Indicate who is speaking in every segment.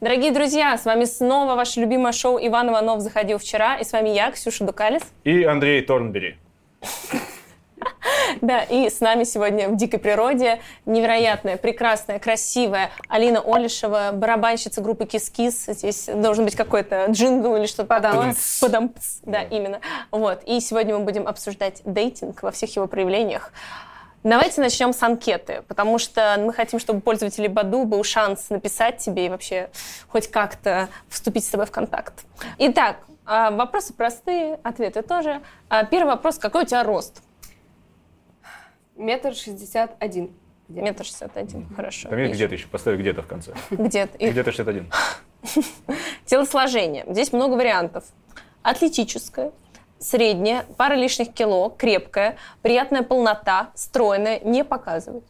Speaker 1: Дорогие друзья, с вами снова ваше любимое шоу «Иван Иванов заходил вчера». И с вами я, Ксюша Дукалис.
Speaker 2: И Андрей Торнбери.
Speaker 1: Да, и с нами сегодня в «Дикой природе» невероятная, прекрасная, красивая Алина Олешева, барабанщица группы «Кис-Кис». Здесь должен быть какой-то джингл или что-то такое.
Speaker 2: Подамц.
Speaker 1: Подамц. Да, именно. Вот. И сегодня мы будем обсуждать дейтинг во всех его проявлениях. Давайте начнем с анкеты, потому что мы хотим, чтобы пользователи Баду был шанс написать тебе и вообще хоть как-то вступить с тобой в контакт. Итак, а, вопросы простые, ответы тоже. А, Первый вопрос, какой у тебя рост?
Speaker 3: Метр шестьдесят один. где-то.
Speaker 1: Метр шестьдесят один, хорошо.
Speaker 2: Там есть
Speaker 1: Ещё.
Speaker 2: где-то еще, поставь где-то в конце.
Speaker 1: Где-то. И
Speaker 2: Где-то 61.
Speaker 1: Телосложение. Здесь много вариантов. Атлетическое, среднее, пара лишних кило, крепкое, приятная полнота, стройное, не показывать.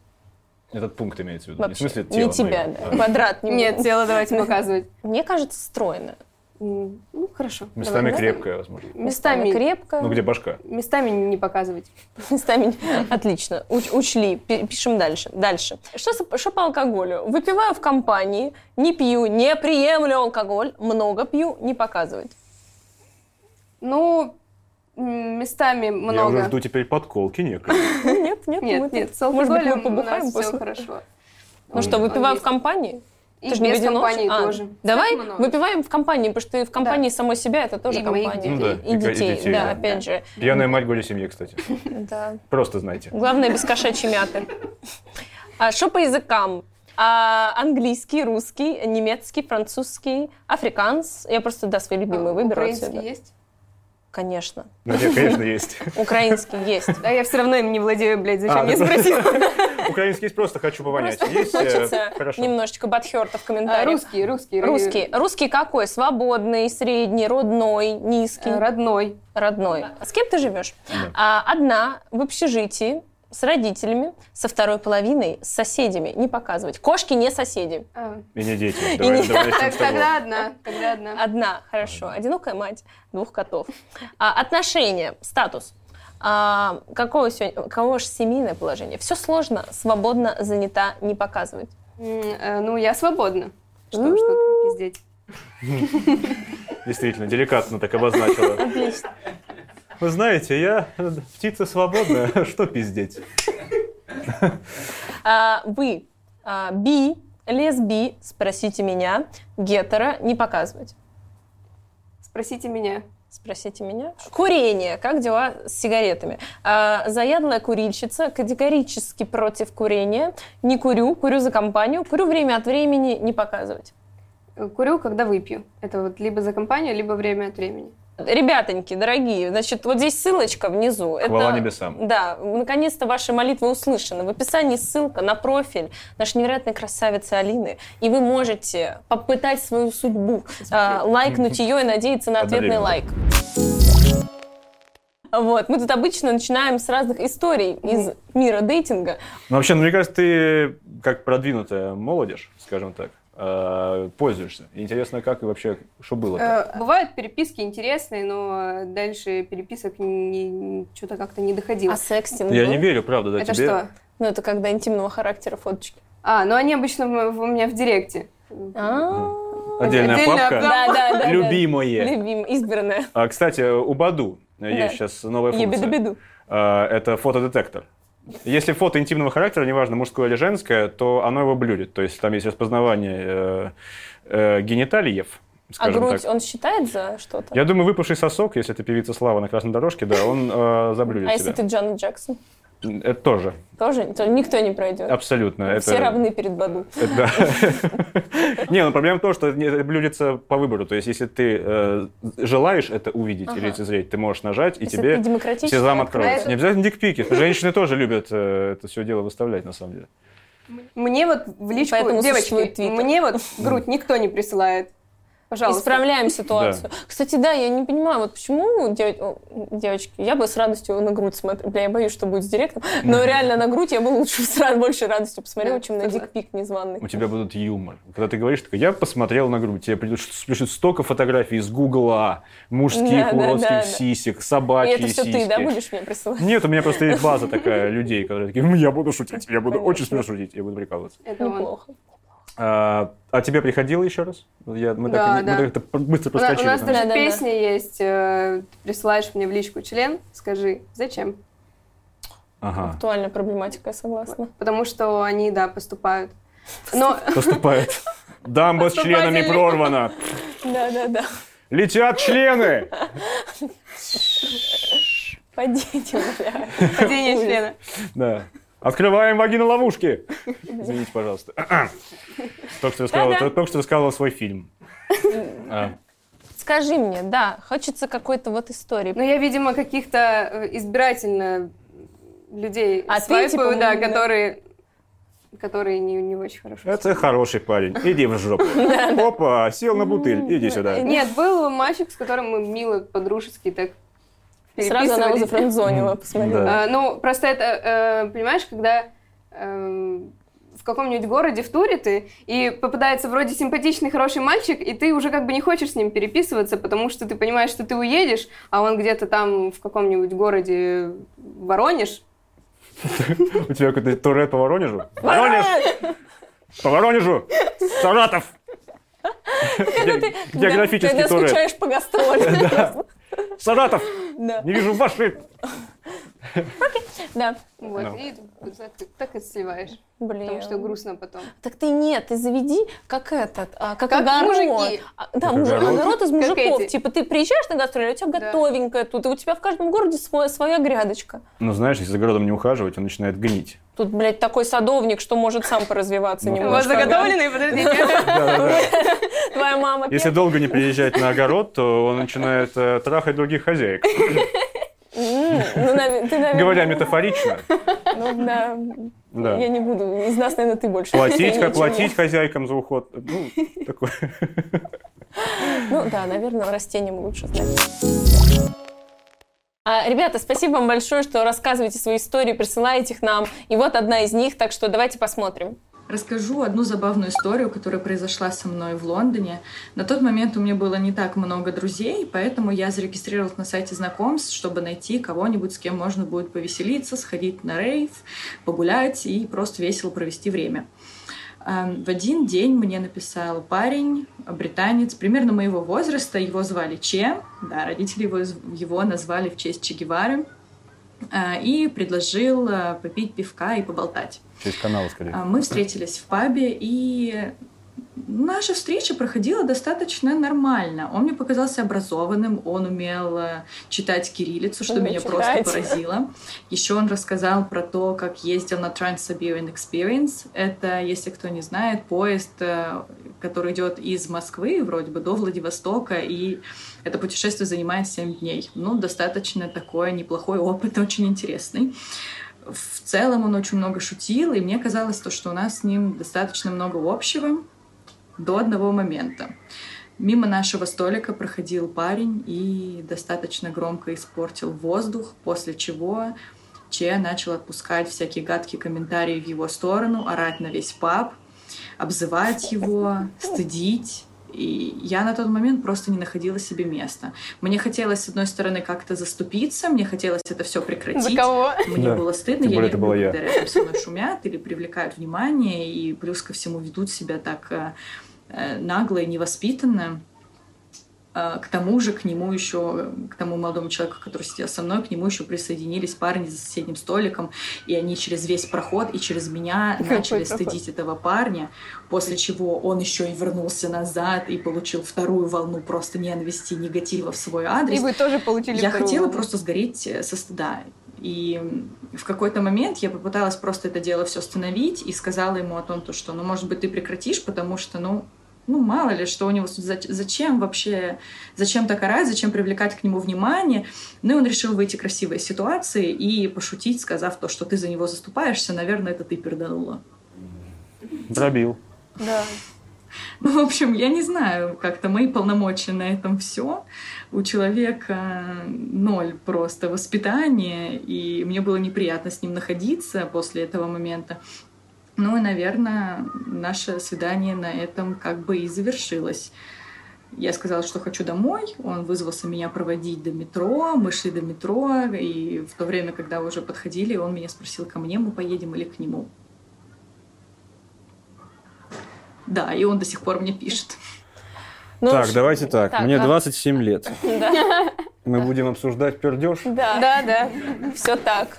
Speaker 2: Этот пункт имеется в виду. Ну, Не в
Speaker 1: Вообще.
Speaker 2: смысле тело.
Speaker 1: не тебя,
Speaker 2: моё.
Speaker 1: да.
Speaker 2: Да.
Speaker 1: Квадрат не
Speaker 3: Нет,
Speaker 1: будет.
Speaker 3: тело давайте показывать.
Speaker 1: Мне кажется, стройное.
Speaker 3: М, Ну, хорошо.
Speaker 2: Местами
Speaker 3: давай.
Speaker 2: крепкая, возможно.
Speaker 3: Местами,
Speaker 1: крепкое.
Speaker 2: Ну, где башка?
Speaker 3: Местами не показывать.
Speaker 1: Местами отлично. Уч- учли. Пи- Пишем дальше. Дальше. Что, с- что по алкоголю? Выпиваю в компании, не пью, не приемлю алкоголь, много пью, не показывать.
Speaker 3: Ну, м, местами много.
Speaker 2: Я уже жду теперь подколки некой.
Speaker 1: Ну, Нет, нет, мы
Speaker 3: Нет,
Speaker 1: тут-
Speaker 3: нет, с
Speaker 1: Может быть, мы
Speaker 3: алкоголем у
Speaker 1: побухаем
Speaker 3: нас все
Speaker 1: после.
Speaker 3: хорошо.
Speaker 1: Ну что,
Speaker 3: Он
Speaker 1: выпиваю в
Speaker 3: есть.
Speaker 1: компании?
Speaker 3: И
Speaker 1: Ты же не
Speaker 3: без
Speaker 1: в одиночестве?
Speaker 3: компании
Speaker 1: А,
Speaker 3: тоже.
Speaker 1: Давай
Speaker 3: Так много.
Speaker 1: выпиваем в компании, потому что и в компании самой себя это тоже
Speaker 3: И моих
Speaker 1: компания.
Speaker 3: детей.
Speaker 2: Ну да,
Speaker 1: И,
Speaker 2: и- и
Speaker 1: детей,
Speaker 2: детей,
Speaker 1: да,
Speaker 2: да.
Speaker 1: опять же.
Speaker 2: Пьяная мать горе семьи, кстати.
Speaker 1: Да.
Speaker 2: Просто знайте.
Speaker 1: Главное, без кошачьей мяты. А что по языкам? А, английский, русский, немецкий, французский, африканс. Я просто, да, свои любимые
Speaker 3: А,
Speaker 1: выберу
Speaker 3: Украинский
Speaker 1: отсюда.
Speaker 3: есть?
Speaker 1: Конечно.
Speaker 2: Ну, нет, конечно, есть.
Speaker 1: Украинский есть.
Speaker 3: Да, я все равно им не владею, блядь,
Speaker 2: А,
Speaker 3: зачем я
Speaker 2: ну,
Speaker 3: спросила.
Speaker 2: Украинский есть, просто хочу повонять.
Speaker 1: Просто
Speaker 2: Есть? э,
Speaker 1: хочется
Speaker 2: Хорошо.
Speaker 1: немножечко батхерта в
Speaker 3: А,
Speaker 1: комментариях.
Speaker 3: Русский, русский.
Speaker 1: Русский. Русский какой? Свободный, средний, родной, низкий?
Speaker 3: э, Родной.
Speaker 1: родной. С кем ты живешь?
Speaker 2: Да.
Speaker 1: А, одна в общежитии с родителями, со второй половиной, с соседями. Не показывать. Кошки не соседи.
Speaker 3: А,
Speaker 2: И не дети.
Speaker 1: не-
Speaker 2: Давай, давай начнем
Speaker 3: так,
Speaker 2: с того.
Speaker 3: Тогда одна, тогда одна.
Speaker 1: Одна, хорошо. Одинокая мать двух котов. А, отношения, статус. А, какое сегодня, каково же семейное положение? Все сложно, свободно, занята, не показывать.
Speaker 3: М, э, Ну, я свободна. Что, что тут пиздеть?
Speaker 2: Действительно, деликатно так обозначила.
Speaker 1: Отлично.
Speaker 2: Вы знаете, я э, птица свободная. Что пиздеть?
Speaker 1: А, вы а, би, лесби, спросите меня, гетера, не показывать.
Speaker 3: Спросите меня.
Speaker 1: Спросите меня. Курение. Как дела с сигаретами? А, заядлая курильщица, категорически против курения. Не курю, курю за компанию, курю время от времени, не показывать.
Speaker 3: Э, Курю, когда выпью. Это вот либо за компанию, либо время от времени.
Speaker 1: Ребятоньки, дорогие, значит, вот здесь ссылочка внизу.
Speaker 2: Хвала небесам.
Speaker 1: Да, наконец-то ваши молитвы услышаны. В описании ссылка на профиль нашей невероятной красавицы Алины. И вы можете попытать свою судьбу, а, лайкнуть ее и надеяться на ответный
Speaker 2: Одновременно.
Speaker 1: лайк. Вот, мы тут обычно начинаем с разных историй из мира дейтинга.
Speaker 2: Ну, вообще, ну, мне кажется, ты как продвинутая молодежь, скажем так, э, пользуешься. И Интересно, как и вообще, что было
Speaker 3: Э, Бывают переписки интересные, но дальше переписок что-то как-то не доходило.
Speaker 1: А секстинг
Speaker 2: Я
Speaker 1: был?
Speaker 2: не верю, правда, да,
Speaker 3: Это
Speaker 2: А тебе.
Speaker 3: что?
Speaker 1: Ну, это когда интимного характера фоточки.
Speaker 3: А, ну они обычно в- в- у меня в директе.
Speaker 1: А,
Speaker 2: Отдельная,
Speaker 3: Отдельная
Speaker 2: папка.
Speaker 3: папка.
Speaker 1: Да, да, да, да.
Speaker 2: Любимое.
Speaker 1: Любим, избранная.
Speaker 2: А, кстати, у Баду есть сейчас новая функция.
Speaker 1: Ебеду-беду.
Speaker 2: А, это фотодетектор. Если фото интимного характера, неважно, мужское или женское, то оно его блюдит. То есть там есть распознавание э, э, гениталиев,
Speaker 1: А
Speaker 2: скажем
Speaker 1: грудь
Speaker 2: так.
Speaker 1: он считает за что-то? А
Speaker 2: Я думаю, выпавший сосок, если ты певица Слава на красной дорожке, да, он э, заблюдит
Speaker 1: А если
Speaker 2: тебя.
Speaker 1: ты Джанет Джексон?
Speaker 2: Это тоже,
Speaker 1: Тоже? То никто не пройдет.
Speaker 2: абсолютно.
Speaker 1: Все
Speaker 2: это...
Speaker 1: равны перед Баду.
Speaker 2: Это Да. Не, ну проблема в том, что это блюдится по выбору. То есть, если ты э, желаешь это увидеть или
Speaker 1: Ага.
Speaker 2: лицезреть, ты можешь нажать, и
Speaker 1: Если
Speaker 2: тебе
Speaker 1: ты демократически
Speaker 2: все зам
Speaker 1: открываешь.
Speaker 2: откроются. Не обязательно дикпики. Женщины тоже любят э, это все дело выставлять, на самом деле.
Speaker 3: Мне вот в личку,
Speaker 1: Поэтому существует
Speaker 3: девочки,
Speaker 1: Twitter.
Speaker 3: мне вот грудь никто не присылает. Пожалуйста.
Speaker 1: Исправляем ситуацию. Кстати, да, я не понимаю, вот почему деви- о, девочки, я бы с радостью на грудь смотрела. Бля, я боюсь, что будет с директором, но реально на грудь я бы лучше с рад- больше радостью посмотрела,
Speaker 3: Да,
Speaker 1: чем на
Speaker 3: согласна.
Speaker 1: дикпик незваный.
Speaker 2: У тебя будут юмор. Когда ты говоришь, такой, я посмотрел на грудь, тебе придут, пишут столько фотографий из Гугла,
Speaker 1: Да,
Speaker 2: мужских,
Speaker 1: да,
Speaker 2: уродских
Speaker 1: да, да.
Speaker 2: сисек,
Speaker 1: И
Speaker 2: собачьи
Speaker 1: это все ты, да,
Speaker 2: сиськи.
Speaker 1: будешь мне присылать?
Speaker 2: Нет, у меня просто есть база такая людей, которые такие, «М, я буду шутить, я буду
Speaker 1: Понятно.
Speaker 2: очень смешно шутить, я буду прикалываться.
Speaker 3: Это он.
Speaker 1: Неплохо.
Speaker 2: А, а тебе приходило еще раз? Я, мы так,
Speaker 3: Да,
Speaker 2: и не-
Speaker 3: да.
Speaker 2: мы так это быстро
Speaker 3: У на-
Speaker 2: проскочили.
Speaker 3: у нас
Speaker 2: там.
Speaker 3: даже
Speaker 1: Да-да-да.
Speaker 3: песня есть. э, ты присылаешь мне в личку член, скажи, зачем?
Speaker 2: Ага.
Speaker 1: Актуальная проблематика, я согласна.
Speaker 3: Потому что они, да, поступают. Но
Speaker 2: Поступает. Дамба с членами
Speaker 3: Поступательный.
Speaker 2: прорвана.
Speaker 1: Да, да, да.
Speaker 2: Летят члены!
Speaker 1: Падите, бля.
Speaker 3: падение члена.
Speaker 2: Да. Открываем вагины ловушки. Извините, пожалуйста. Только что рассказала,
Speaker 3: Да-да.
Speaker 2: только что рассказала свой фильм. А,
Speaker 1: Скажи мне, да, хочется какой-то вот
Speaker 3: Но
Speaker 1: истории.
Speaker 3: Ну, я, видимо, каких-то э, избирательно людей
Speaker 1: А ты,
Speaker 3: свайпаю,
Speaker 1: типа,
Speaker 3: да,
Speaker 1: м, да.
Speaker 3: которые, которые не, не очень хорошо.
Speaker 1: Э,
Speaker 2: Это хороший парень. Иди в жопу. Опа, сел на бутыль. Иди сюда.
Speaker 3: Нет, был мальчик, с которым мы мило, по-дружески так
Speaker 1: Сразу она его
Speaker 3: переписывались.
Speaker 1: зафрендзонила,
Speaker 2: Мгм.
Speaker 1: посмотри.
Speaker 2: Да.
Speaker 3: А, ну, просто это, э, понимаешь, когда эм, в каком-нибудь городе в туре ты, и попадается вроде симпатичный, хороший мальчик, и ты уже как бы не хочешь с ним переписываться, потому что ты понимаешь, что ты уедешь, а он где-то там в каком-нибудь городе Воронеж.
Speaker 2: У тебя какой-то турет по Воронежу? Воронеж! По Воронежу! Саратов! Ге- Географический
Speaker 1: Когда
Speaker 2: турет.
Speaker 1: скучаешь по гастролям.
Speaker 2: Саратов!
Speaker 1: Да.
Speaker 2: Не вижу ваши!
Speaker 1: Да.
Speaker 3: Вот,
Speaker 2: Ну.
Speaker 3: и так, так и сливаешь,
Speaker 1: Блин.
Speaker 3: потому что грустно потом.
Speaker 1: Так ты нет, ты заведи, как этот, а, как,
Speaker 3: Как
Speaker 1: огород.
Speaker 3: мужики.
Speaker 1: А, Да,
Speaker 2: Как
Speaker 1: мужик,
Speaker 2: огород.
Speaker 1: огород из мужиков.
Speaker 3: эти.
Speaker 1: Типа ты приезжаешь на гастроли, а у тебя
Speaker 3: Да.
Speaker 1: готовенькое тут, и у тебя в каждом городе свой- своя грядочка.
Speaker 2: Ну, знаешь, если за городом не ухаживать, он начинает гнить.
Speaker 1: Тут, блядь, такой садовник, что может сам поразвиваться
Speaker 2: Ну,
Speaker 3: У
Speaker 2: Ну,
Speaker 1: немножко.
Speaker 3: вас заготовленные, подождите.
Speaker 1: Твоя мама.
Speaker 2: Если долго не приезжать на огород, то он начинает э, трахать других хозяек.
Speaker 1: М, ну, навер- ты, наверное,
Speaker 2: Говоря метафорично.
Speaker 1: Ну, да.
Speaker 2: Да.
Speaker 1: Я не буду. Из нас, наверное, ты больше.
Speaker 2: Платить,
Speaker 1: Ничего.
Speaker 2: как платить хозяйкам за уход. Ну, такое.
Speaker 1: Ну да, наверное, растениям лучше знать. А, ребята, спасибо вам большое, что рассказываете свои истории, присылаете их нам. И вот одна из них, так что давайте посмотрим.
Speaker 4: Расскажу одну забавную историю, которая произошла со мной в Лондоне. На тот момент у меня было не так много друзей, поэтому я зарегистрировалась на сайте знакомств, чтобы найти кого-нибудь, с кем можно будет повеселиться, сходить на рейв, погулять и просто весело провести время. А, В один день мне написал парень, а, британец, примерно моего возраста, его звали Че, да, родители его, из- его назвали в честь Че Гевары, а, и предложил а, попить пивка и поболтать.
Speaker 2: Через канал, скорее.
Speaker 4: А, Мы встретились в пабе, и наша встреча проходила достаточно нормально. Он мне показался образованным, он умел э, читать кириллицу, что
Speaker 1: Вы
Speaker 4: меня
Speaker 1: читаете?
Speaker 4: просто поразило. Еще он рассказал про то, как ездил на Trans-Siberian Experience. Это, если кто не знает, поезд, э, который идет из Москвы вроде бы до Владивостока, и это путешествие занимает 7 дней. Ну, достаточно такой неплохой опыт, очень интересный в целом он очень много шутил, и мне казалось то, что у нас с ним достаточно много общего до одного момента. Мимо нашего столика проходил парень и достаточно громко испортил воздух, после чего Че начал отпускать всякие гадкие комментарии в его сторону, орать на весь паб, обзывать его, стыдить. И я на тот момент просто не находила себе места. Мне хотелось, с одной стороны, как-то заступиться, мне хотелось это все
Speaker 3: За
Speaker 4: прекратить.
Speaker 3: кого?
Speaker 4: Мне
Speaker 2: Да.
Speaker 4: было стыдно,
Speaker 2: Тем
Speaker 4: я
Speaker 2: более
Speaker 4: не
Speaker 2: это
Speaker 4: люблю,
Speaker 2: была я.
Speaker 4: когда рядом со мной шумят или привлекают внимание, и плюс ко всему ведут себя так э, э, нагло и невоспитанно. Э, К тому же, к нему еще, к тому молодому человеку, который сидел со мной, к нему еще присоединились парни за соседним столиком, и они через весь проход и через меня
Speaker 3: Какой
Speaker 4: начали
Speaker 3: проход?
Speaker 4: стыдить этого парня, после чего он еще и вернулся назад и получил вторую волну просто ненависти, негатива в свой адрес.
Speaker 3: И вы тоже получили
Speaker 4: Я
Speaker 3: вторую
Speaker 4: хотела
Speaker 3: волну.
Speaker 4: просто сгореть э, со стыда. И м, в какой-то момент я попыталась просто это дело все остановить и сказала ему о том, то, что, ну, может быть, ты прекратишь, потому что, ну, ну, мало ли, что у него... с- зач- Зачем вообще... Зачем так орать? Зачем привлекать к нему внимание? Ну, и он решил выйти красиво из ситуации и пошутить, сказав то, что ты за него заступаешься. Наверное, это ты перданула.
Speaker 2: Дробил.
Speaker 1: Да.
Speaker 4: Ну, в общем, я не знаю, как-то мои полномочия на этом все. У человека ноль просто воспитания, и мне было неприятно с ним находиться после этого момента. Ну и, наверное, наше свидание на этом как бы и завершилось. Я сказала, что хочу домой. Он вызвался меня проводить до метро. Мы шли до метро, и в то время, когда уже подходили, он меня спросил, ко мне мы поедем или к нему. Да, и он до сих пор мне пишет.
Speaker 1: Ну,
Speaker 2: так,
Speaker 1: ш-
Speaker 2: давайте так.
Speaker 1: так,
Speaker 2: Мне
Speaker 1: а-
Speaker 2: 27 лет.
Speaker 1: Да,
Speaker 2: Мы будем обсуждать пердеж.
Speaker 1: да,
Speaker 3: Да, да.
Speaker 1: все так.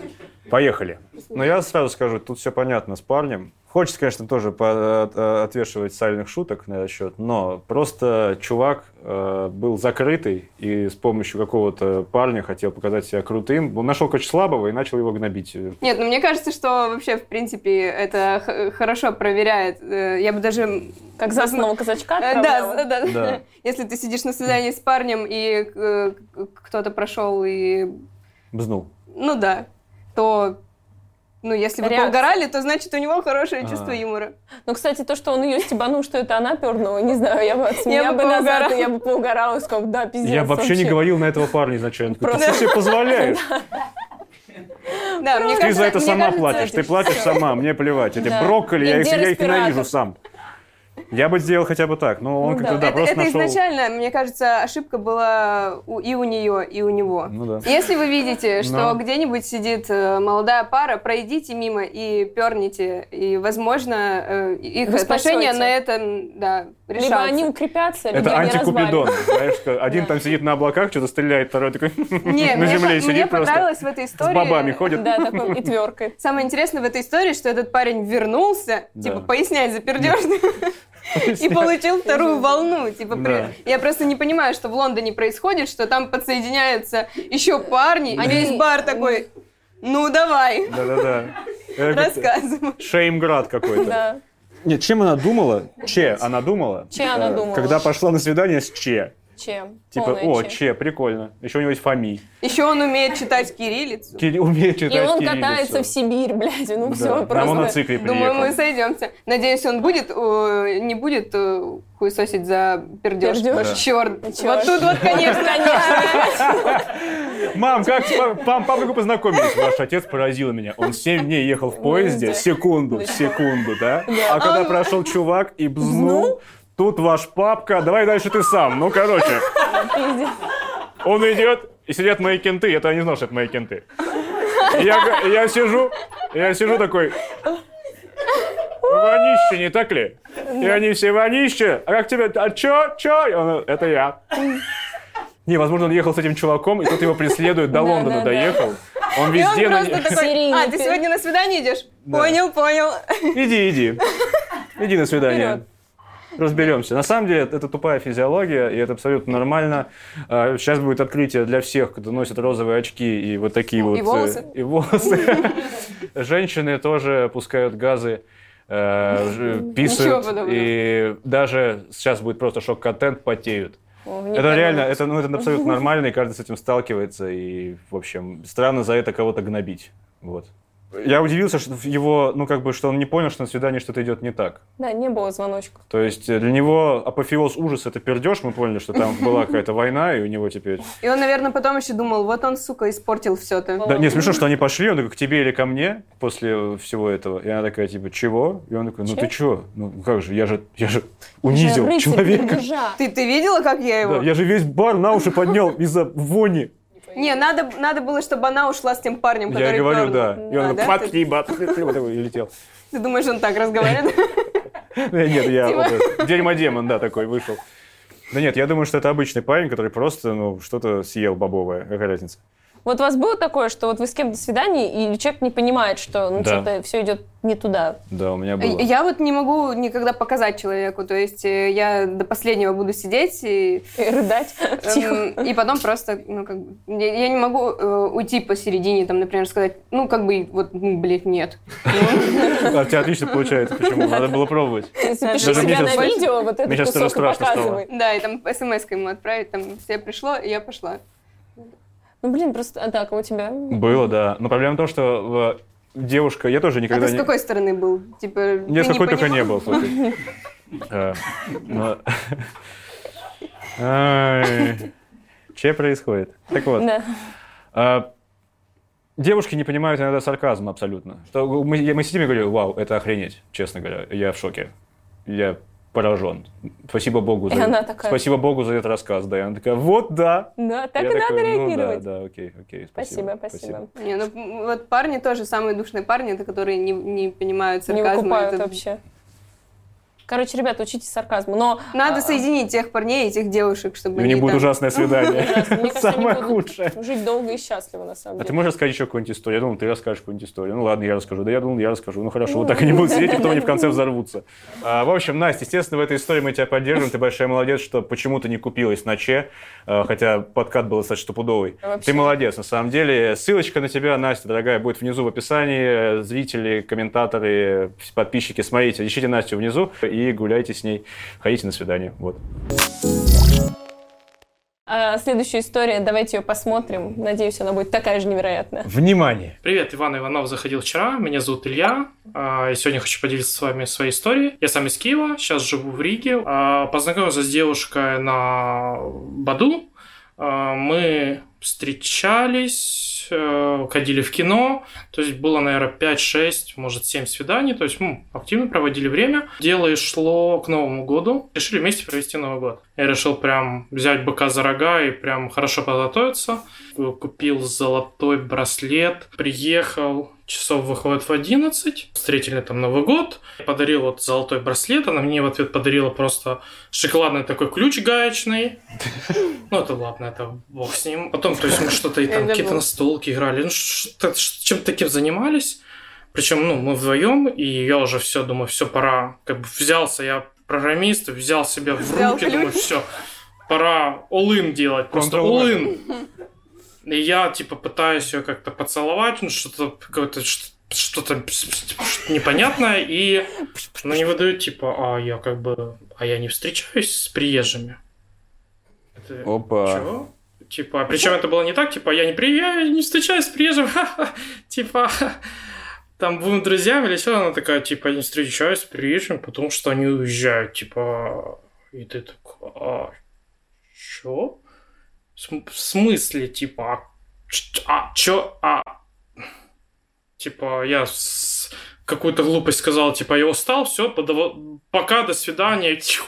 Speaker 2: Поехали. Но Ну, я сразу скажу, тут все понятно с парнем. Хочется, конечно, тоже по- от- отвешивать сальных шуток на этот счет, но просто чувак э, был закрытый и с помощью какого-то парня хотел показать себя крутым. Он нашел короче, слабого и начал его гнобить. э,
Speaker 3: Нет, ну мне кажется, что вообще, в принципе, это х- хорошо проверяет. Э, Я бы даже...
Speaker 1: Как засланного казачка
Speaker 3: Э,
Speaker 1: отправляла.
Speaker 3: Да, да,
Speaker 2: Да.
Speaker 3: да. Если ты сидишь на свидании с парнем, и э, к- кто-то прошел и...
Speaker 2: Бзнул.
Speaker 3: Ну да, то... Ну, если вы
Speaker 1: Реакция.
Speaker 3: поугарали, то значит, у него хорошее чувство
Speaker 2: А.
Speaker 3: юмора.
Speaker 1: Ну, кстати, то, что он ее стебанул, что это она пернула, не знаю, я бы от
Speaker 3: Я
Speaker 1: Я
Speaker 3: бы
Speaker 1: бы назад,
Speaker 3: поугарала.
Speaker 1: и я бы поугарала, и сказала, да, пиздец.
Speaker 2: Я вообще не говорил на этого парня изначально. Ты
Speaker 1: Просто-
Speaker 2: что себе позволяешь?
Speaker 3: Да, мне
Speaker 2: Ты за это
Speaker 3: мне
Speaker 2: сама
Speaker 3: кажется,
Speaker 2: платишь. Ты
Speaker 1: это
Speaker 2: платишь сама, мне плевать. Эти
Speaker 1: Да.
Speaker 2: брокколи, я их
Speaker 1: Нигде
Speaker 2: я их ненавижу
Speaker 1: респиратор.
Speaker 2: сам. Я бы сделал хотя бы так, но он
Speaker 1: Ну
Speaker 2: как-то
Speaker 1: да.
Speaker 2: да,
Speaker 3: это
Speaker 2: просто
Speaker 3: это
Speaker 2: нашел.
Speaker 3: изначально, мне кажется, ошибка была у- и у нее, и у него.
Speaker 2: Ну да.
Speaker 3: Если вы видите, что
Speaker 2: Но.
Speaker 3: где-нибудь сидит э, молодая пара, пройдите мимо и перните, и, возможно, э, их
Speaker 1: Вы спасете.
Speaker 3: отношения на этом да, решатся.
Speaker 1: Либо они укрепятся, либо
Speaker 2: Это
Speaker 1: они
Speaker 2: антикупидон.
Speaker 1: развалятся.
Speaker 2: Знаешь, что один там сидит на облаках, что-то стреляет, второй такой
Speaker 3: Не,
Speaker 2: на
Speaker 3: мне, по-
Speaker 2: земле
Speaker 3: мне
Speaker 2: сидит просто.
Speaker 3: понравилось в этой
Speaker 2: С
Speaker 3: истории.
Speaker 2: бабами ходит.
Speaker 1: Да, такой, и тверкой.
Speaker 3: Самое интересное в этой истории, что этот парень вернулся,
Speaker 2: Да.
Speaker 3: типа пояснять за пердежную, и получил вторую волну. Типа, при-
Speaker 2: Да.
Speaker 3: я просто не понимаю, что в Лондоне происходит, что там подсоединяются еще парни, и
Speaker 1: Они-
Speaker 3: весь бар такой, ну давай,
Speaker 2: Да-да-да. Это как
Speaker 3: рассказывай.
Speaker 2: Шеймград какой-то.
Speaker 1: Да.
Speaker 2: Нет, чем она думала? Че она думала?
Speaker 1: Че она
Speaker 2: э,
Speaker 1: думала?
Speaker 2: Когда пошла на свидание с Че.
Speaker 1: Чем?
Speaker 2: Типа,
Speaker 1: Полное
Speaker 2: о,
Speaker 1: чем.
Speaker 2: Че, прикольно. Еще у него есть Фоми.
Speaker 3: Еще он умеет читать кириллицу.
Speaker 2: Кири- Умеет читать
Speaker 1: И он
Speaker 2: кириллицу.
Speaker 1: катается в Сибирь, блядь, ну
Speaker 2: Да.
Speaker 1: все,
Speaker 2: На
Speaker 1: просто.
Speaker 2: моноцикле
Speaker 3: Думаю, мы
Speaker 2: приехал.
Speaker 3: сойдемся. Надеюсь, он будет, э, не будет э, хуесосить за пердеж.
Speaker 1: Пердеж.
Speaker 2: Да.
Speaker 3: Черт.
Speaker 1: Чёрт.
Speaker 3: Вот тут вот, конечно.
Speaker 2: Мам, как с пап- пам- папой вы познакомились? Ваш отец поразил меня. Он 7 дней ехал в поезде. Секунду, секунду, Ну, да? А Ну? когда прошел чувак и бзнул, тут ваш папка, давай дальше ты сам. Ну, короче,
Speaker 1: Пиздец.
Speaker 2: он идет, и сидят мои кенты. Я тогда не знал, что это мои кенты. И Я, г- и я сижу, и я сижу такой... Вонище, не так ли? И они все вонище. А как тебе? А чё? Чё? И он, это я. Не, возможно, он ехал с этим чуваком, и тут его преследует, до Лондона
Speaker 1: да, да.
Speaker 2: доехал. Он
Speaker 3: И он
Speaker 2: везде... на
Speaker 3: просто
Speaker 2: не-
Speaker 3: такой,
Speaker 1: Серийный
Speaker 3: а, ты
Speaker 1: пер-
Speaker 3: сегодня на свидание идешь? Понял, понял.
Speaker 2: Иди, иди. Иди на свидание.
Speaker 1: Вперед.
Speaker 2: Разберемся. На самом деле, это тупая физиология, и это абсолютно нормально. А, Сейчас будет открытие для всех, кто носит розовые очки и вот такие вот... э,
Speaker 3: волосы.
Speaker 2: И волосы. Женщины тоже пускают газы, э, ж- писают,
Speaker 3: подобного.
Speaker 2: и даже сейчас будет просто шок-контент, потеют.
Speaker 1: О, мне
Speaker 2: Это реально,
Speaker 1: понравилось.
Speaker 2: это, ну, это абсолютно нормально, и каждый с этим сталкивается, и, в общем, странно за это кого-то гнобить, вот. Я удивился, что в его, ну, как бы, что он не понял, что на свидании что-то идет не так.
Speaker 1: Да, не было звоночка.
Speaker 2: То есть э, для него апофеоз ужаса — это пердеж, мы поняли, что там была какая-то война, и у него теперь...
Speaker 3: И он, наверное, потом еще думал, вот он, сука, испортил все это.
Speaker 2: Да, не, смешно, что они пошли, он такой, к тебе или ко мне после всего этого. И она такая, типа, чего? И он такой, ну
Speaker 1: Че?
Speaker 2: ты чего? Ну как же, я же, я же унизил человека.
Speaker 3: Ты, ты видела, как я его?
Speaker 2: Да, я же весь бар на уши поднял из-за вони.
Speaker 3: Не, надо, надо было, чтобы она ушла с тем парнем,
Speaker 2: Я
Speaker 3: который...
Speaker 2: и говорю,
Speaker 3: пернул.
Speaker 2: да. И он такой,
Speaker 3: А, Ну, да? Ты-
Speaker 2: спасибо, вот такой, и летел.
Speaker 3: Ты думаешь, он так разговаривает?
Speaker 2: Да Нет, я
Speaker 3: Дима.
Speaker 2: вот этот, дерьмо-демон, да, такой вышел. Да нет, я думаю, что это обычный парень, который просто, ну, что-то съел бобовое. Какая разница?
Speaker 1: Вот у вас было такое, что вот вы с кем-то свидание, и человек не понимает, что ну,
Speaker 2: Да.
Speaker 1: что-то все идет не туда.
Speaker 2: Да, у меня было.
Speaker 3: Я вот не могу никогда показать человеку, то есть э, я до последнего буду сидеть и,
Speaker 1: И рыдать тихо.
Speaker 3: эм, и потом просто, ну, как бы, я, я не могу э, уйти посередине, там, например, сказать, ну, как бы, вот, м, блядь, нет.
Speaker 2: А у тебя отлично получается, почему? Надо было пробовать.
Speaker 1: Запиши
Speaker 2: Даже мне
Speaker 1: себя на
Speaker 2: сейчас-
Speaker 1: видео, вот этот
Speaker 2: мне сейчас
Speaker 1: кусок
Speaker 2: тоже
Speaker 1: и
Speaker 2: страшно стало.
Speaker 1: показывай.
Speaker 3: Да, и там смс ему отправить, там, все пришло, и я пошла.
Speaker 1: Ну, блин, просто... а Так, а у тебя...
Speaker 2: Было, да. Но проблема в том, что э, девушка... Я тоже
Speaker 3: А
Speaker 2: никогда
Speaker 3: ты с
Speaker 2: не...
Speaker 3: какой стороны был? Типа,
Speaker 2: Я с
Speaker 3: ты
Speaker 2: какой только
Speaker 3: понимал?
Speaker 2: не был, слушай. Э, но- Ай, Че происходит? Так вот.
Speaker 1: Да.
Speaker 2: А, Девушки не понимают иногда сарказм абсолютно. Что мы, я- мы сидим и говорю, вау, это охренеть, честно говоря, я в шоке. Я поражен. Спасибо Богу за
Speaker 1: И она такая-
Speaker 2: Спасибо Богу за этот рассказ. Да, и она такая, вот да.
Speaker 1: Да, так
Speaker 2: Я
Speaker 1: и надо
Speaker 2: такой, «Ну
Speaker 1: реагировать.
Speaker 2: да, да, окей, окей, спасибо.
Speaker 1: Спасибо, спасибо.
Speaker 3: Не, ну, м, вот парни тоже, самые душные парни, это которые не, не понимают
Speaker 1: Не
Speaker 3: сарказма.
Speaker 1: выкупают
Speaker 3: это-
Speaker 1: вообще. Короче, ребята, учитесь сарказму. Но
Speaker 3: Надо
Speaker 1: а,
Speaker 3: соединить тех парней и тех девушек, чтобы
Speaker 2: У них
Speaker 3: они
Speaker 2: будет
Speaker 3: там-
Speaker 2: ужасное свидание.
Speaker 1: ужасно. Мне кажется, они
Speaker 2: Самое
Speaker 1: будут
Speaker 2: худшее.
Speaker 1: Жить долго и счастливо, на самом
Speaker 2: А ты
Speaker 1: деле.
Speaker 2: можешь рассказать еще какую-нибудь историю? Я думал, ты расскажешь какую-нибудь историю. Ну ладно, я расскажу. Да я думал, я расскажу. Ну хорошо, вот так они будут сидеть, и потом они в конце взорвутся. А, в общем, Настя, естественно, в этой истории мы тебя поддерживаем. Ты большая молодец, что почему-то не купилась на Че, а, хотя подкат был достаточно стопудовый.
Speaker 1: Вообще.
Speaker 2: Ты молодец, на самом деле. Ссылочка на тебя, Настя, дорогая, будет внизу в описании. Зрители, комментаторы, подписчики, смотрите, ищите Настю внизу и гуляйте с ней. Ходите на свидание. Вот.
Speaker 1: А, следующая история, давайте ее посмотрим. Надеюсь, она будет такая же невероятная.
Speaker 2: Внимание!
Speaker 5: Привет, Иван Иванов заходил вчера. Меня зовут Илья. а, И сегодня хочу поделиться с вами своей историей. Я сам из Киева, сейчас живу в Риге. А, Познакомился с девушкой на Баду. А, Мы встречались, э, ходили в кино. То есть было, наверное, 5-6, может, 7 свиданий. То есть мы активно проводили время. Дело и шло к Новому году. Решили вместе провести Новый год. Я решил прям взять быка за рога и прям хорошо подготовиться купил золотой браслет, приехал, часов выходит в 11, встретили там Новый год, подарил вот золотой браслет, она мне в ответ подарила просто шоколадный такой ключ гаечный. Ну, это ладно, это бог с ним. Потом, то есть, мы что-то и там,
Speaker 3: Это
Speaker 5: какие-то
Speaker 3: бог.
Speaker 5: настолки играли, ну, что-то- чем-то таким занимались. Причем, ну, мы вдвоем, и я уже все, думаю, все, пора. Как бы взялся я программист, взял себя в
Speaker 3: Взял
Speaker 5: руки, думаю,
Speaker 3: ключ.
Speaker 5: все, пора all-in делать, просто
Speaker 2: Control
Speaker 5: all-in. И я, типа, пытаюсь ее как-то поцеловать, ну, что-то, какое-то, что- что-то пс- пс- пс- непонятное, и она не выдает, типа, а я как бы, а я не встречаюсь с приезжими. Это-
Speaker 2: Опа.
Speaker 5: чего? Типа, причем это было не так, типа, я не, при... я не встречаюсь с приезжим, ха-ха. типа, там будем друзьями или что, она такая, типа, я не встречаюсь с приезжим, потому что они уезжают, типа, и ты такой, а, чё? В см- в смысле, типа, а, ч- а, чё, а, типа, я с- какую-то глупость сказал, типа, я устал, все, пока, до свидания, Тьфу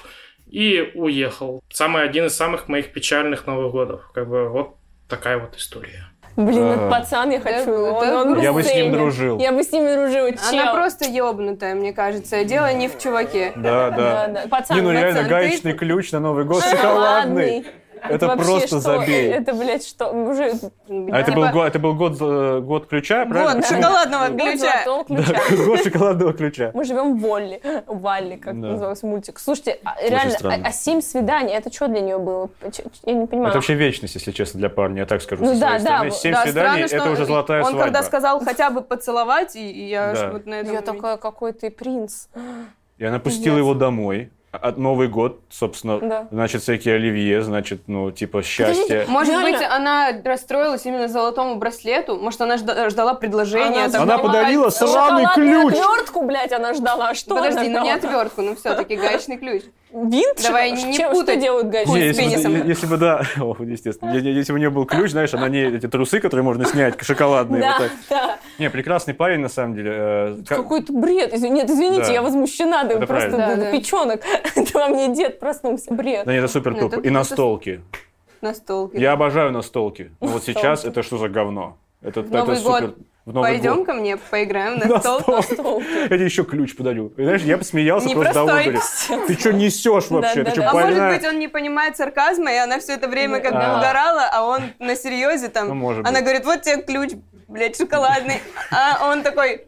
Speaker 5: и уехал. Самый один из самых моих печальных Новых годов. Как бы вот такая вот история.
Speaker 1: Блин,
Speaker 2: Да.
Speaker 1: этот пацан, я хочу
Speaker 3: Да,
Speaker 1: его. Он-
Speaker 3: да,
Speaker 1: он
Speaker 2: А. Я бы с ним
Speaker 1: бесценен.
Speaker 2: дружил.
Speaker 1: Я бы с ним дружил, чел.
Speaker 3: Она просто ебнутая, мне кажется. Дело не в чуваке.
Speaker 2: Да,
Speaker 1: Да,
Speaker 2: да.
Speaker 1: да. Пацан,
Speaker 2: Не, ну
Speaker 1: пацан,
Speaker 2: реально,
Speaker 3: ты-
Speaker 2: гаечный ключ на Новый год
Speaker 1: ты
Speaker 2: шоколадный. Это
Speaker 1: Вообще,
Speaker 2: просто
Speaker 1: что?
Speaker 2: забей.
Speaker 1: Это, блядь, что? Уже
Speaker 2: А это
Speaker 3: типа
Speaker 2: был, го- это был год, э, год ключа, правильно?
Speaker 3: Вот, шоколадного
Speaker 1: год
Speaker 3: ключа.
Speaker 1: золотого ключа.
Speaker 2: Да, год шоколадного ключа.
Speaker 1: Мы живем в Волли. Валли, как
Speaker 2: Да.
Speaker 1: назывался мультик. Слушайте, а, реально,
Speaker 2: странно.
Speaker 1: а, а семь свиданий, это что для нее было? Ч- ч- Я не понимаю.
Speaker 2: Это вообще вечность, если честно, для парня, я так скажу.
Speaker 1: Ну
Speaker 2: со
Speaker 1: да,
Speaker 2: своей
Speaker 1: да,
Speaker 2: стороны.
Speaker 1: вот,
Speaker 2: Семь
Speaker 3: Да,
Speaker 2: свиданий,
Speaker 3: странно,
Speaker 2: это
Speaker 3: что
Speaker 2: уже золотая
Speaker 3: Он
Speaker 2: свадьба.
Speaker 3: когда сказал хотя бы поцеловать, и и я
Speaker 2: Да.
Speaker 3: ж вот на этом...
Speaker 1: Я такая, какой ты принц.
Speaker 2: И она пустила его домой. От Новый год, собственно,
Speaker 1: Да.
Speaker 2: значит, всякие оливье, значит, ну, типа, счастье.
Speaker 3: Может
Speaker 1: Реально.
Speaker 3: быть, она расстроилась именно золотому браслету? Может, она жда- ждала предложения?
Speaker 1: Она
Speaker 3: там,
Speaker 2: Она
Speaker 3: давай.
Speaker 2: подарила сраный
Speaker 1: Шоколадную
Speaker 2: ключ!
Speaker 1: отвертку, блядь, она ждала. А Что
Speaker 3: Подожди,
Speaker 1: она
Speaker 3: ну не
Speaker 1: ждала?
Speaker 3: отвертку, ну все-таки гаечный ключ.
Speaker 1: Винт?
Speaker 3: Давай
Speaker 1: Ш-
Speaker 3: не
Speaker 1: чем-
Speaker 3: путай.
Speaker 1: Что делают
Speaker 2: Не,
Speaker 1: гайчики?
Speaker 3: Хуй с
Speaker 2: если, бы,
Speaker 3: пенисом.
Speaker 2: е- если бы, да, О, естественно, Е- е- если бы у нее был ключ, знаешь, она не эти трусы, которые можно снять, шоколадные, вот
Speaker 1: Да,
Speaker 2: так.
Speaker 1: да.
Speaker 2: Не, прекрасный парень, на самом деле. Э, ка-
Speaker 1: Какой-то бред. Изв- Нет, извините,
Speaker 2: Да.
Speaker 1: я возмущена. Да,
Speaker 2: Это
Speaker 1: просто
Speaker 3: правильно. Да,
Speaker 1: да,
Speaker 3: да.
Speaker 1: печенок. Это во мне дед проснулся. Бред.
Speaker 2: Да нет, это супер
Speaker 3: Нет,
Speaker 2: тупо.
Speaker 3: это-
Speaker 2: И
Speaker 3: это-
Speaker 2: настолки.
Speaker 3: На столке.
Speaker 2: Я обожаю настолки. Но вот
Speaker 1: Настолки.
Speaker 2: сейчас это что за говно? Это, это
Speaker 3: Новый
Speaker 2: супер.
Speaker 3: год.
Speaker 2: В Новый
Speaker 3: Пойдем
Speaker 2: год.
Speaker 3: ко мне, поиграем на
Speaker 2: На
Speaker 3: стол.
Speaker 2: стол.
Speaker 1: Стол.
Speaker 2: Я тебе еще ключ подарю. И знаешь, я посмеялся просто до
Speaker 3: Непростой.
Speaker 2: одури. Ты что несешь вообще?
Speaker 1: Да,
Speaker 2: Ты
Speaker 1: да,
Speaker 2: что,
Speaker 1: да.
Speaker 3: А может
Speaker 2: больная?
Speaker 3: быть, он не понимает сарказма, и она все это время как
Speaker 2: Да.
Speaker 3: бы угорала, а он на серьезе там.
Speaker 2: Ну, может
Speaker 3: она
Speaker 2: быть.
Speaker 3: говорит, вот тебе ключ, блядь, шоколадный. А он такой...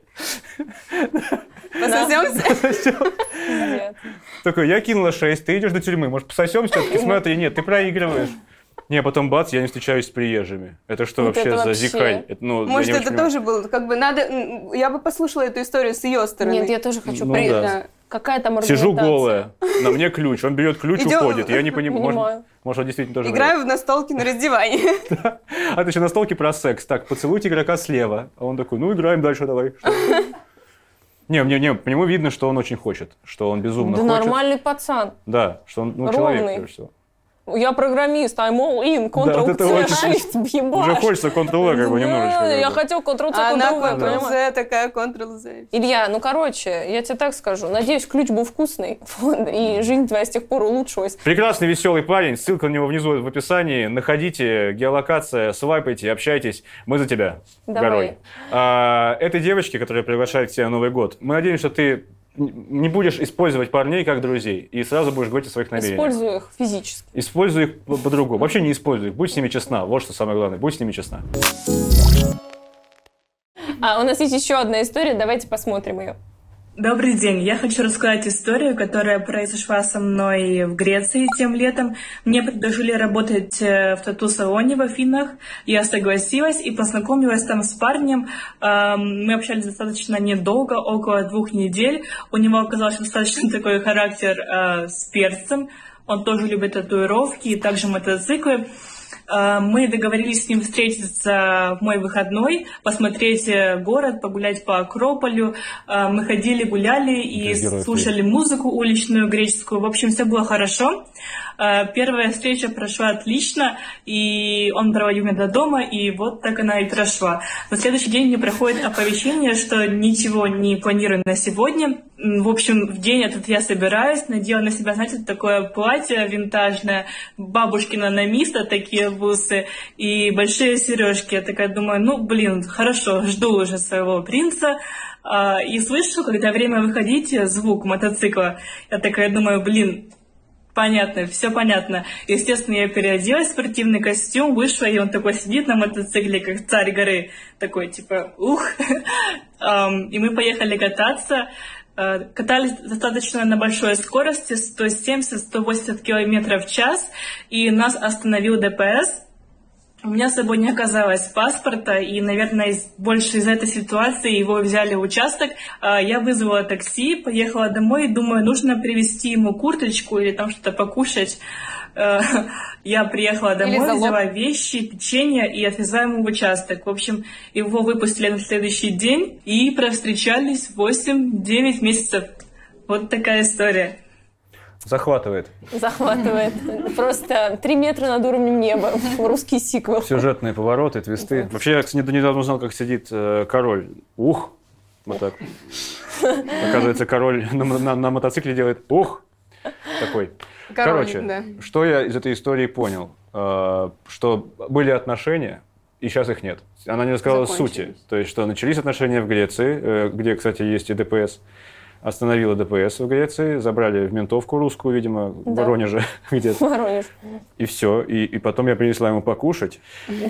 Speaker 3: Пососемся?
Speaker 1: Бред.
Speaker 2: Такой, я кинула 6, ты идешь до тюрьмы. Может, пососем все-таки? Смотри, нет, ты проигрываешь. Не, а потом бац, я не встречаюсь с приезжими. Это что
Speaker 1: Вот
Speaker 2: вообще
Speaker 1: это
Speaker 2: за
Speaker 1: вообще.
Speaker 2: зикань? Это, ну, я не
Speaker 3: Может,
Speaker 2: очень
Speaker 3: это
Speaker 2: понимаю.
Speaker 3: тоже было, как бы надо... м, Я бы послушала эту историю с ее стороны.
Speaker 1: Нет, я тоже хочу.
Speaker 2: Ну
Speaker 1: Бред.
Speaker 2: да.
Speaker 1: Какая там
Speaker 2: Сижу
Speaker 1: аргументация?
Speaker 2: голая, на мне ключ. Он берет ключ,
Speaker 3: Идем.
Speaker 2: уходит. Я не понимаю. Может,
Speaker 1: Понимаю.
Speaker 2: может, он действительно тоже врет.
Speaker 3: Играю в настолки на раздевание.
Speaker 2: А ты еще настолки про секс. Так, поцелуйте игрока слева. А он такой, ну играем дальше, давай. Что? Не, не, не, по нему видно, что он очень хочет, что он безумно
Speaker 1: Да
Speaker 2: хочет.
Speaker 1: нормальный пацан.
Speaker 2: Да, что он ну, человек,
Speaker 1: Ровный.
Speaker 2: прежде всего.
Speaker 1: Я программист, I'm all in,
Speaker 2: Да, вот
Speaker 1: Ctrl-C,
Speaker 2: это очень-
Speaker 1: Shift, ебаш.
Speaker 2: Уже хочется контрола как бы
Speaker 1: Да,
Speaker 2: немножечко.
Speaker 1: Я
Speaker 2: как бы.
Speaker 1: хотел Ctrl-C,
Speaker 3: А она
Speaker 1: Ctrl-V, понимаешь?
Speaker 3: Ctrl-Z, такая Ctrl-Z.
Speaker 1: Илья, ну короче, я тебе так скажу. Надеюсь, ключ был вкусный, вот, и жизнь твоя с тех пор улучшилась.
Speaker 2: Прекрасный, веселый парень. Ссылка на него внизу в описании. Находите геолокация, свайпайте, общайтесь. Мы за тебя.
Speaker 1: Давай.
Speaker 2: Горой. А, этой девочке, которая приглашает к тебе на Новый год, мы надеемся, что ты не будешь использовать парней как друзей, и сразу будешь говорить о своих намерениях.
Speaker 1: Использую их физически.
Speaker 2: Используй их по- по-другому. Вообще не используй их. Будь с ними честна. Вот что самое главное. Будь с ними честна.
Speaker 1: А у нас есть еще одна история, давайте посмотрим ее.
Speaker 6: Добрый день. Я хочу рассказать историю, которая произошла со мной в Греции тем летом. Мне предложили работать э, в тату-салоне в Афинах. Я согласилась и познакомилась там с парнем. Эм, Мы общались достаточно недолго, около двух недель. У него оказался достаточно такой характер э, с перцем. Он тоже любит татуировки и также мотоциклы. Э, Мы договорились с ним встретиться в мой выходной, посмотреть э, город, погулять по Акрополю. Э, Мы ходили, гуляли и
Speaker 2: Как герой
Speaker 6: слушали музыку уличную, греческую. В общем, все было хорошо. Э, Первая встреча прошла отлично, и он проводил меня до дома, и вот так она и прошла. На следующий день мне проходит оповещение, что ничего не планирую на сегодня. М, В общем, в день этот я собираюсь, надела на себя, знаете, такое платье винтажное, бабушкина намиста, такие бусы и большие сережки. Я такая думаю, ну, блин, хорошо, жду уже своего принца. А, И слышу, когда время выходить, звук мотоцикла. Я такая думаю, блин, Понятно, все понятно. Естественно, я переоделась в спортивный костюм, вышла, и он такой сидит на мотоцикле, как царь горы. Такой, типа, ух. Ам, И мы поехали кататься. Э, Катались достаточно на большой скорости, 170-180 километров в час, и нас остановил ДПС. У меня с собой не оказалось паспорта, и, наверное, из- больше из этой ситуации его взяли в участок. А, Я вызвала такси, поехала домой, и думаю, нужно привезти ему курточку или там что-то покушать. Э, Я приехала домой,
Speaker 3: залог.
Speaker 6: взяла вещи, печенье и отвезла ему в участок. В общем, его выпустили на следующий день и провстречались 8-9 месяцев. Вот такая история.
Speaker 2: Захватывает.
Speaker 1: Захватывает. Просто три метра над уровнем неба. Русский сиквел.
Speaker 2: Сюжетные повороты, твисты. Вообще, я, кстати, недавно узнал, как сидит э, король. Ух! Вот так. Оказывается, король на, мо- на- на мотоцикле делает ух! Такой. Короче,
Speaker 3: Короче, да.
Speaker 2: что я из этой истории понял? Э, Что были отношения, и сейчас их нет. Она не рассказала сути.
Speaker 3: Закончились.
Speaker 2: То есть, что начались отношения в Греции, э, где, кстати, есть и ДПС. Остановила ДПС в Греции, забрали в ментовку русскую, видимо, в
Speaker 1: Да.
Speaker 2: Воронеже где-то.
Speaker 1: Воронеж.
Speaker 2: И все. И, и потом я принесла ему покушать,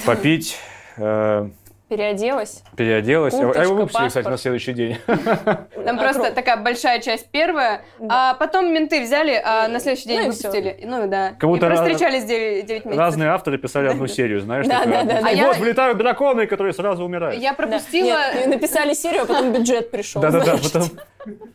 Speaker 2: попить, э,
Speaker 1: Переоделась.
Speaker 2: переоделась. А- а
Speaker 1: Курточка,
Speaker 2: его выпустили, кстати, на
Speaker 1: паспорт.
Speaker 2: следующий день.
Speaker 3: Там
Speaker 1: А
Speaker 3: просто
Speaker 1: круто.
Speaker 3: такая большая часть первая,
Speaker 1: Да.
Speaker 3: а потом менты взяли, а на следующий день
Speaker 1: Ну и
Speaker 3: выпустили. Ну да.
Speaker 2: Как будто
Speaker 3: и
Speaker 2: раз-
Speaker 3: простречались 9, месяцев.
Speaker 2: Разные авторы писали одну серию, знаешь?
Speaker 1: Да,
Speaker 2: такую.
Speaker 1: да, да,
Speaker 2: И
Speaker 1: да.
Speaker 3: А я-
Speaker 2: Вот влетают драконы, которые сразу умирают.
Speaker 3: Я
Speaker 1: Да.
Speaker 3: пропустила...
Speaker 1: Нет, написали серию, а потом бюджет пришел.
Speaker 2: Да-да-да,
Speaker 1: значит.
Speaker 2: потом...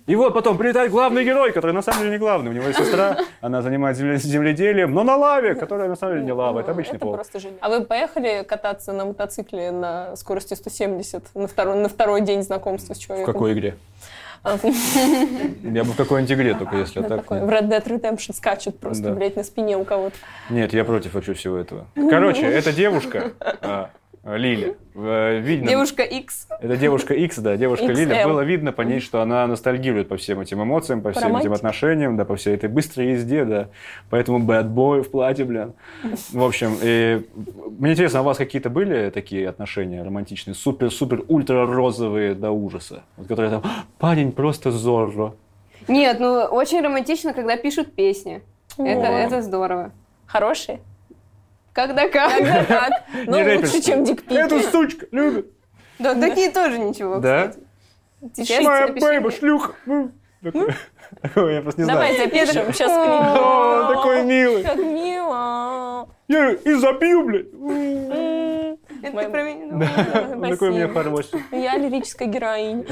Speaker 2: И вот потом прилетает главный герой, который на самом деле не главный. У него есть сестра, она занимается земле- земледелием, но на лаве, которая на самом деле не лава, это обычный
Speaker 1: Это
Speaker 2: пол.
Speaker 1: просто жизнь. типа. А вы поехали кататься на мотоцикле на скорости 170 на второй, на второй день знакомства с
Speaker 2: В
Speaker 1: человеком?
Speaker 2: какой игре?
Speaker 1: А,
Speaker 2: Я бы в какой-нибудь игре только, если
Speaker 1: на
Speaker 2: а так...
Speaker 1: такой.
Speaker 2: нет.
Speaker 1: В Red Dead Redemption скачут просто,
Speaker 2: Да.
Speaker 1: блядь, на спине у кого-то.
Speaker 2: Нет, я против вообще всего этого. Короче, эта девушка, а, Лиля, э, видно...
Speaker 3: Девушка X.
Speaker 2: Это девушка X, да, девушка
Speaker 1: XL.
Speaker 2: Лиля. Было видно по ней, что она ностальгирует по всем этим эмоциям, по всем
Speaker 1: романтике.
Speaker 2: этим отношениям, да, по всей этой быстрой езде, да. Поэтому bad boy в платье, бля. В общем, и мне интересно, а у вас какие-то были такие отношения романтичные, супер-супер ультра-розовые до ужаса? Вот которые там, «А, парень просто зорро.
Speaker 3: Нет, ну очень романтично, когда пишут песни. Это,
Speaker 1: О.
Speaker 3: это здорово.
Speaker 1: Хорошие?
Speaker 3: Когда как.
Speaker 1: Так. Ну,
Speaker 2: Не
Speaker 1: лучше,
Speaker 2: рэперские.
Speaker 1: чем
Speaker 2: Эту
Speaker 1: дикпики.
Speaker 2: сучка любит.
Speaker 3: Да, такие тоже ничего,
Speaker 2: Да?
Speaker 3: кстати.
Speaker 1: Сейчас
Speaker 2: Моя
Speaker 1: тебе пиши.
Speaker 2: бэйба, шлюха. Ну, такое. Я просто не
Speaker 1: Давай
Speaker 2: знаю.
Speaker 1: запишем, сейчас клип.
Speaker 2: О, он такой милый.
Speaker 1: Как мило.
Speaker 2: Я и забью, блядь.
Speaker 1: М,
Speaker 3: Это
Speaker 1: Моя-
Speaker 3: ты про меня думала?
Speaker 2: Он Такой у меня
Speaker 1: Спасибо.
Speaker 2: хороший.
Speaker 1: Я лирическая героиня.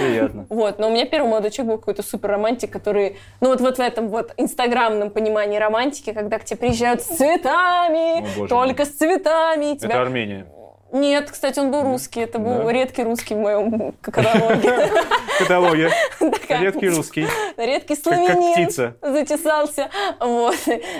Speaker 2: Приятно.
Speaker 1: Вот, но у меня первый молодой человек был какой-то супер романтик, который, ну вот, вот в этом вот инстаграмном понимании романтики, когда к тебе приезжают с цветами,
Speaker 2: О, боже мой.
Speaker 1: только с цветами, и тебя...
Speaker 2: Это Армения.
Speaker 1: Нет, кстати, он был русский, это был
Speaker 2: Да.
Speaker 1: редкий русский в моем каталоге.
Speaker 2: Каталогия.
Speaker 1: Такая
Speaker 2: Редкий русский.
Speaker 1: Редкий
Speaker 2: Как, как
Speaker 1: славянин.
Speaker 2: птица.
Speaker 1: Затесался. Вот.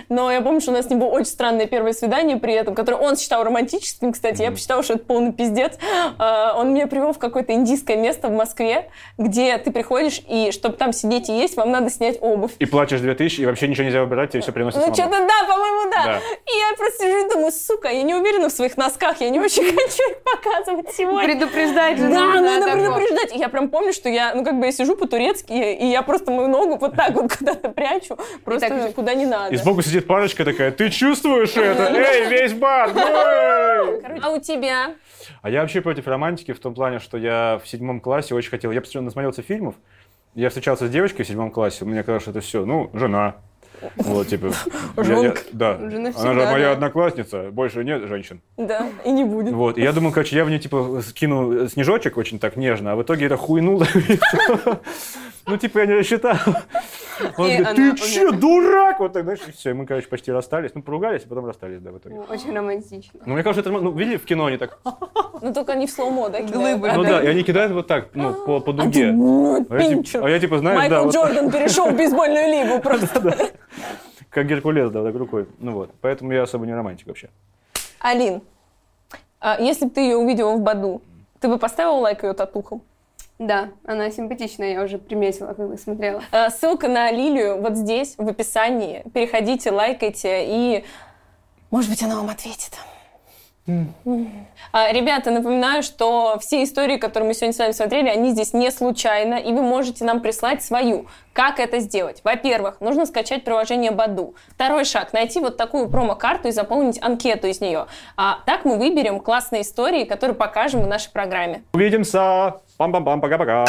Speaker 1: Но я помню, что у нас с ним было очень странное первое свидание при этом, которое он считал романтическим, кстати. Я посчитала, что это полный пиздец. А, Он меня привел в какое-то индийское место в Москве, где ты приходишь, и чтобы там сидеть и есть, вам надо снять обувь.
Speaker 2: И плачешь 2000, и вообще ничего нельзя выбирать, тебе все приносят
Speaker 1: Ну,
Speaker 2: самому.
Speaker 1: что-то да, по-моему, да.
Speaker 2: Да.
Speaker 1: И я просто сижу и думаю, сука, я не уверена в своих носках, я не очень хочу их показывать сегодня.
Speaker 3: Ну, Предупреждать
Speaker 1: Да,
Speaker 3: же нужно о
Speaker 1: надо
Speaker 3: таком.
Speaker 1: предупреждать. Я прям помню, что я я, ну, как бы я сижу по-турецки, и я просто мою ногу вот так вот куда-то прячу, просто
Speaker 3: так же.
Speaker 1: куда не
Speaker 2: И
Speaker 1: надо.
Speaker 2: сбоку сидит парочка такая, ты чувствуешь это? Эй, весь бар! ну, эй!»
Speaker 1: Короче, А у тебя?
Speaker 2: А я вообще против романтики в том плане, что я в седьмом классе очень хотел... Я постоянно насмотрелся фильмов, я встречался с девочкой в седьмом классе, мне казалось, что это все, ну, жена. Вот, типа... я- я-
Speaker 1: Жонка.
Speaker 2: Да.
Speaker 3: Жена
Speaker 2: Она же
Speaker 3: всегда,
Speaker 2: моя
Speaker 3: да.
Speaker 2: одноклассница, больше нет женщин.
Speaker 1: Да, и не будет.
Speaker 2: Вот, и я думал, короче, я в нее, типа, скину снежочек очень так нежно, а в итоге это хуйнуло. Ну, типа, я не рассчитал. Он
Speaker 3: И
Speaker 2: говорит,
Speaker 3: она
Speaker 2: ты
Speaker 3: умерла.
Speaker 2: че, дурак? Вот так, знаешь, и все, и мы, короче, почти расстались. Ну, поругались, а потом расстались, да, в итоге.
Speaker 3: Ну, Очень романтично.
Speaker 2: Ну, мне кажется, это, ну, видели в кино они так,
Speaker 1: Ну, только не в слоумо, да, кидают.
Speaker 3: Глыбы.
Speaker 1: А
Speaker 2: ну
Speaker 1: ты-
Speaker 2: да, и они кидают вот так, ну, по, по
Speaker 1: а ты,
Speaker 2: дуге.
Speaker 1: ну,
Speaker 2: А я, типа-
Speaker 1: пинчер.
Speaker 2: а я, типа, знаешь, да,
Speaker 1: Майкл
Speaker 2: вот
Speaker 1: Джордан перешел в бейсбольную лигу просто.
Speaker 2: как Геркулес, да, вот так рукой. Ну вот, поэтому я особо не романтик вообще.
Speaker 1: Алин, а если бы ты ее увидела в Баду, ты бы поставила лайк ее татухам?
Speaker 3: Да, она симпатичная, я уже приметила, когда смотрела.
Speaker 1: Э, Ссылка на Лилию вот здесь, в описании. Переходите, лайкайте, и, может быть, она вам ответит. М. А, Ребята, напоминаю, что все истории, которые мы сегодня с вами смотрели, они здесь не случайно, и вы можете нам прислать свою. Как это сделать? Во-первых, нужно скачать приложение Баду. Второй шаг – найти вот такую промокарту и заполнить анкету из нее. А так мы выберем классные истории, которые покажем в нашей программе.
Speaker 2: Увидимся! Пам-пам-пам, пока-пока!